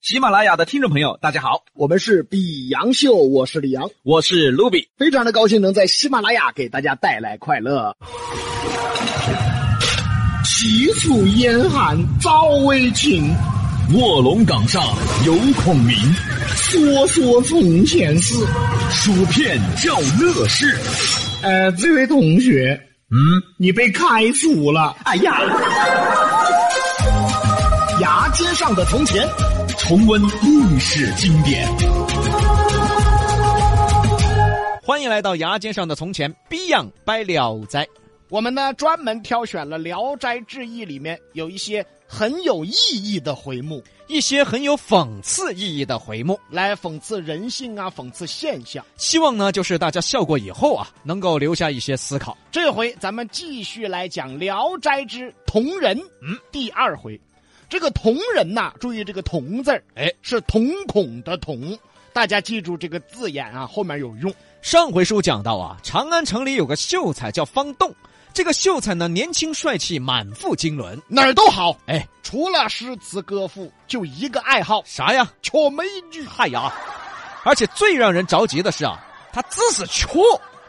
喜马拉雅的听众朋友，大家好，我们是比杨秀，我是李阳，我是卢比。非常的高兴能在喜马拉雅给大家带来快乐。齐楚燕韩早为秦，卧龙岗上有孔明，说说从前事。薯片叫乐事。呃，这位同学，嗯，你被开除了。哎呀，牙尖上的从前，重温历史经典。欢迎来到牙尖上的从前，Beyond 掰了哉。我们呢专门挑选了《聊斋志异》里面有一些很有意义的回目，一些很有讽刺意义的回目，来讽刺人性啊，讽刺现象。希望呢就是大家笑过以后啊，能够留下一些思考。这回咱们继续来讲《聊斋之同人》，嗯，第二回。这个同人呐、注意这个“同”字儿，哎，是瞳孔的“瞳”，大家记住这个字眼啊，后面有用。上回书讲到啊，长安城里有个秀才叫方栋，这个秀才呢年轻帅气，满腹经纶。哪儿都好，哎，除了诗词歌赋，就一个爱好，啥呀？瞧美女。嗨呀！而且最让人着急的是啊，他只是瘸，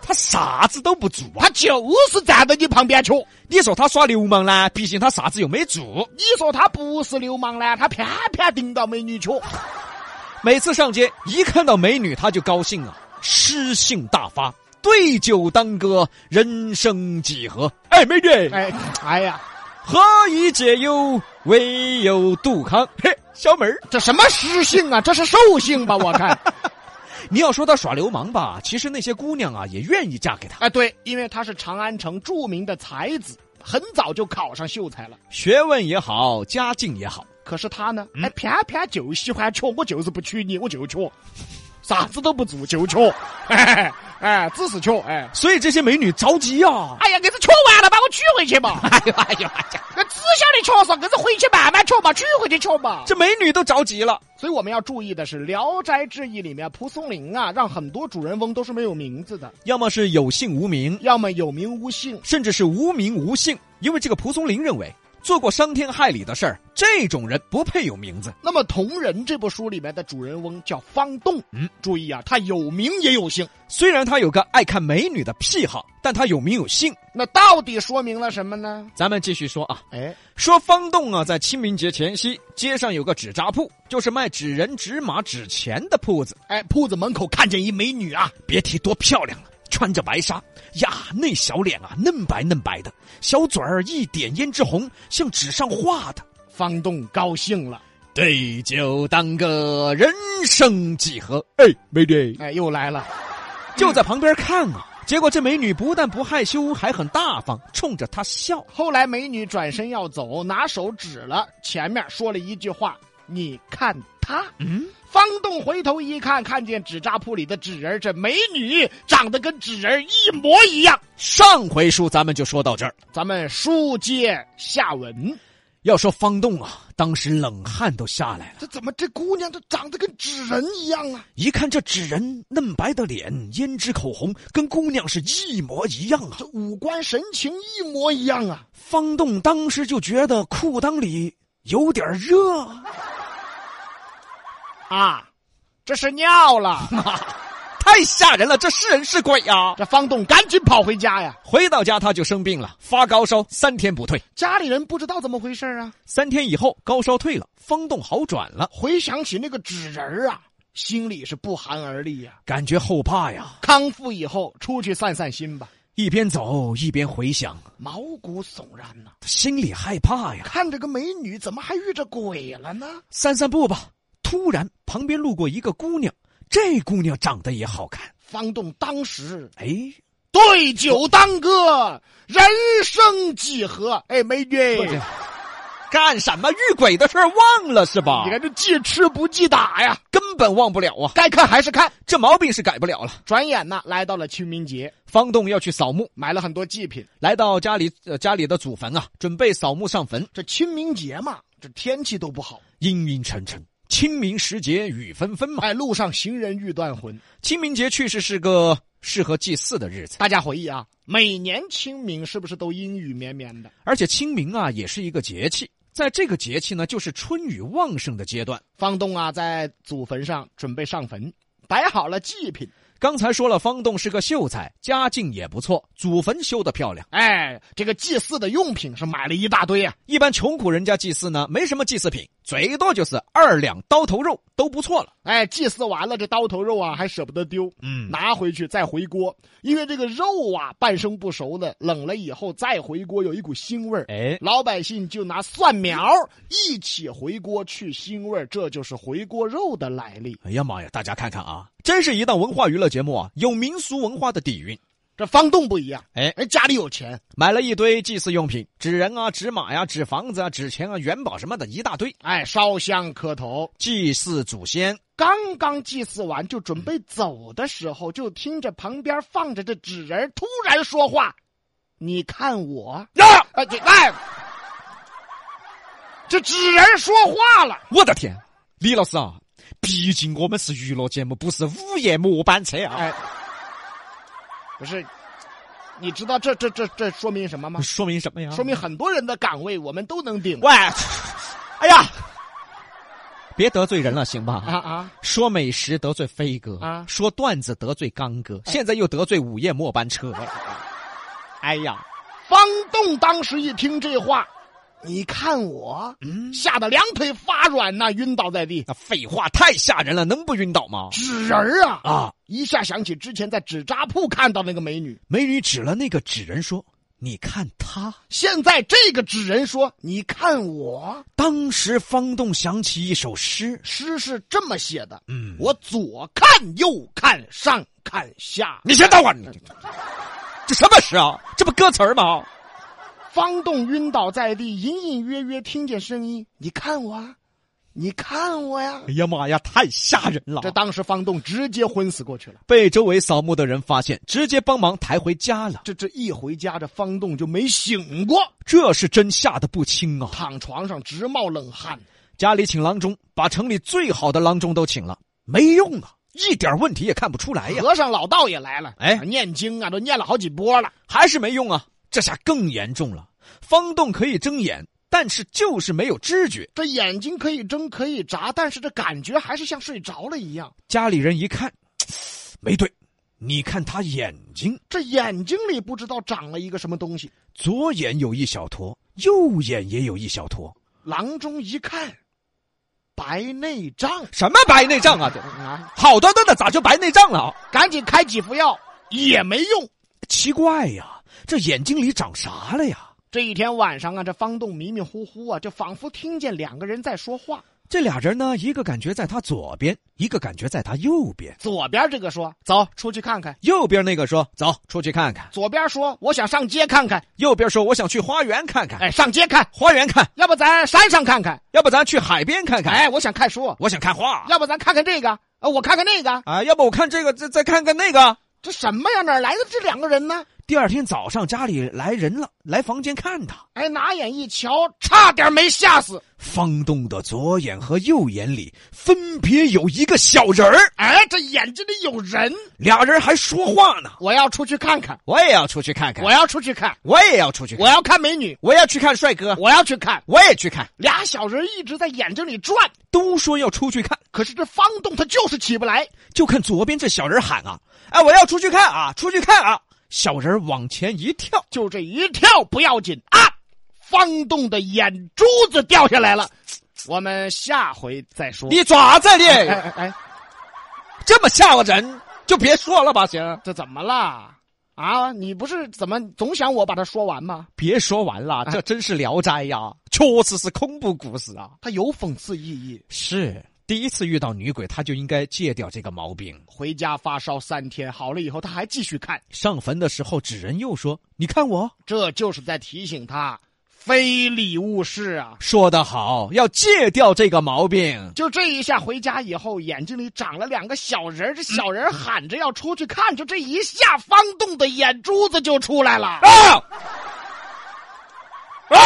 他啥子都不做啊。他就是站到你旁边去，你说他耍流氓呢？毕竟他啥子又没做。你说他不是流氓呢，他偏偏盯到美女去。每次上街一看到美女，他就高兴啊，诗兴大发，对酒当歌，人生几何？哎，美女，哎，哎呀，何以解忧，唯有杜康。嘿，小妹儿，这什么诗性啊？这是兽性吧？我看，你要说他耍流氓吧，其实那些姑娘啊也愿意嫁给他，哎，对，因为他是长安城著名的才子，很早就考上秀才了。学问也好，家境也好。可是他呢，哎，偏偏就喜欢瘸，我就是不娶你，我就瘸，啥子都不做就瘸，哎哎，只是瘸，哎，所以这些美女着急啊。哎呀，给这瘸完了，把我娶回去嘛！哎呦哎呦哎呀，那只晓得瘸啥，给这回去慢慢瘸嘛，娶回去瘸嘛。这美女都着急了。所以我们要注意的是，《聊斋志异》里面蒲松龄啊，让很多主人翁都是没有名字的，要么是有姓无名，要么有名无姓。甚至是无名无姓，因为这个蒲松龄认为做过伤天害理的事儿，这种人不配有名字。那么《同人》这部书里面的主人翁叫方栋，嗯，注意啊，他有名也有姓，虽然他有个爱看美女的癖好，但他有名有姓。那到底说明了什么呢？咱们继续说啊，哎，说方栋啊，在清明节前夕，街上有个纸扎铺，就是卖纸人、纸马、纸钱的铺子。哎，铺子门口看见一美女啊，别提多漂亮了，穿着白纱呀，那小脸啊，嫩白嫩白的，小嘴儿一点胭脂红，像纸上画的。方栋高兴了，对酒当歌，人生几何？哎，美女，哎，又来了，就在旁边看啊。结果这美女不但不害羞，还很大方，冲着他笑。后来美女转身要走，拿手指了前面，说了一句话：“你看他。”嗯，方栋回头一看，看见纸扎铺里的纸人儿，这美女长得跟纸人儿一模一样。上回书咱们就说到这儿。咱们书接下文，要说方栋啊，当时冷汗都下来了。这怎么这姑娘这长得跟纸人一样啊？一看这纸人嫩白的脸，胭脂口红，跟姑娘是一模一样啊这。五官神情一模一样啊！方栋当时就觉得裤裆里有点热。啊，这是尿了！太吓人了，这是人是鬼呀、啊这方栋赶紧跑回家呀，回到家他就生病了，发高烧，三天不退。家里人不知道怎么回事啊。三天以后，高烧退了，方栋好转了，回想起那个纸人儿啊，心里是不寒而栗呀、感觉后怕呀。康复以后，出去散散心吧，一边走一边回想，毛骨悚然呐、他心里害怕呀。看着个美女，怎么还遇着鬼了呢？散散步吧，突然旁边路过一个姑娘，这姑娘长得也好看。方栋当时哎，对酒当歌，人生几何？哎，美女，是干什么遇鬼的事儿忘了是吧你看这记吃不记打呀，根本忘不了啊，该看还是看。这毛病是改不了了。转眼呐，来到了清明节，方栋要去扫墓，买了很多祭品。来到家里、呃、家里的祖坟啊，准备扫墓上坟。这清明节嘛，这天气都不好，阴阴沉沉，清明时节雨纷纷嘛。 哎，路上行人欲断魂。清明节确实是个适合祭祀的日子。大家回忆啊，每年清明是不是都阴雨绵绵的？而且清明啊也是一个节气，在这个节气呢，就是春雨旺盛的阶段。方栋啊，在祖坟上准备上坟，摆好了祭品。刚才说了，方栋是个秀才，家境也不错，祖坟修得漂亮。哎，这个祭祀的用品是买了一大堆啊。一般穷苦人家祭祀呢，没什么祭祀品，最多就是二两刀头肉，都不错了。哎，祭祀完了这刀头肉啊，还舍不得丢，嗯拿回去再回锅，因为这个肉啊半生不熟的，冷了以后再回锅有一股腥味儿。哎 老百姓就拿蒜苗一起回锅去腥味儿，这就是回锅肉的来历。哎呀妈呀，大家看看啊，真是一档文化娱乐节目啊，有民俗文化的底蕴。这方栋不一样，哎哎，家里有钱，买了一堆祭祀用品，纸人啊、纸马呀、纸房子啊、纸钱啊、元宝什么的，一大堆，哎，烧香磕头。祭祀祖先。刚刚祭祀完就准备走的时候，就听着旁边放着的纸人儿突然说话：“你看我。”呀、哎，这哎，这纸人说话了。我的天，李老师啊，毕竟我们是娱乐节目，不是午夜末班车啊。哎，不是，你知道这这这这说明什么吗？说明什么呀？说明很多人的岗位我们都能顶。喂，哎呀，别得罪人了，行吧？啊啊！说美食得罪飞哥啊哎说段子得罪刚哥，现在又得罪午夜末班车。哎呀，方栋当时一听这话，你看我，吓得两腿发软呐、晕倒在地。那废话太吓人了，能不晕倒吗？纸人儿啊啊！一下想起之前在纸扎铺看到那个美女，美女指了那个纸人说：“你看他。现在这个纸人说：“你看我。””当时方栋想起一首诗，诗是这么写的：嗯我左看右看，上看下。你先等会儿，你这什么诗啊？这不歌词儿吗？方栋晕倒在地，隐隐约约听见声音：“你看我，啊，你看我呀哎呀妈呀，太吓人！”了这当时方栋直接昏死过去了。被周围扫墓的人发现，直接帮忙抬回家了。这这一回家，这方栋就没醒过，这是真吓得不轻啊！躺床上直冒冷汗。家里请郎中，把城里最好的郎中都请了，没用啊，一点问题也看不出来呀，和尚老道也来了，哎啊念经啊，都念了好几波了。还是没用啊。这下更严重了，方栋可以睁眼，但是就是没有知觉。这眼睛可以睁可以眨，但是这感觉还是像睡着了一样。家里人一看，没对，你看他眼睛，这眼睛里不知道长了一个什么东西。左眼有一小坨，右眼也有一小坨，郎中一看，白内障什么白内障啊？这啊，好端端的咋就白内障了啊？赶紧开几副药也没用。奇怪呀，这眼睛里长啥了呀？这一天晚上啊，这方栋迷迷糊糊啊，就仿佛听见两个人在说话。这俩人呢，一个感觉在他左边，一个感觉在他右边。左边这个说：“走出去看看。右边那个说：“走出去看看。”左边说：“我想上街看看。”右边说：“我想去花园看看。”哎，哎，上街看，花园看，要不咱山上看看。要不咱去海边看看。哎，哎，我想看书，我想看花。要不咱看看这个，呃，我看看那个。啊，要不我看这个，再再看看那个。这什么呀？哪来的这两个人呢？第二天早上家里来人了，来房间看他。哎，拿眼一瞧，差点没吓死。方栋的左眼和右眼里分别有一个小人儿，哎，这眼睛里有人，俩人还说话呢。我要出去看看，我也要出去看看，我要出去看。我也要出去看，我要看美女，我要去看帅哥，我要去看。我也去看。俩小人一直在眼睛里转，都说要出去看，可是这方栋他就是起不来。就看左边这小人喊啊：“哎，我要出去看啊，出去看啊！”小人往前一跳，就这一跳不要紧啊，方栋的眼珠子掉下来了。我们下回再说。 你爪子你哎 哎哎，这么吓唬人，就别说了吧，行，哎这怎么啦？啊，你不是怎么总想我把它说完吗？ 别说完了，这真是《聊斋》呀，确实是恐怖故事啊。它有讽刺意义。是第一次遇到女鬼，他就应该戒掉这个毛病。回家发烧三天，好了以后他还继续看，上坟的时候，纸人又说：“你看我这就是在提醒他非礼勿视啊。说得好，要戒掉这个毛病。就这一下回家以后，眼睛里长了两个小人儿，这小人儿喊着要出去看，就这一下，方栋的眼珠子就出来了”。啊啊！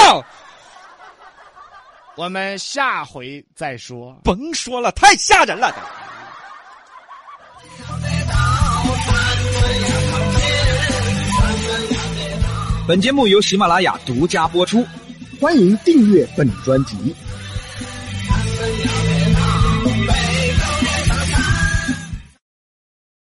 我们下回再说。甭说了，太吓人了。本节目由喜马拉雅独家播出。欢迎订阅本专辑。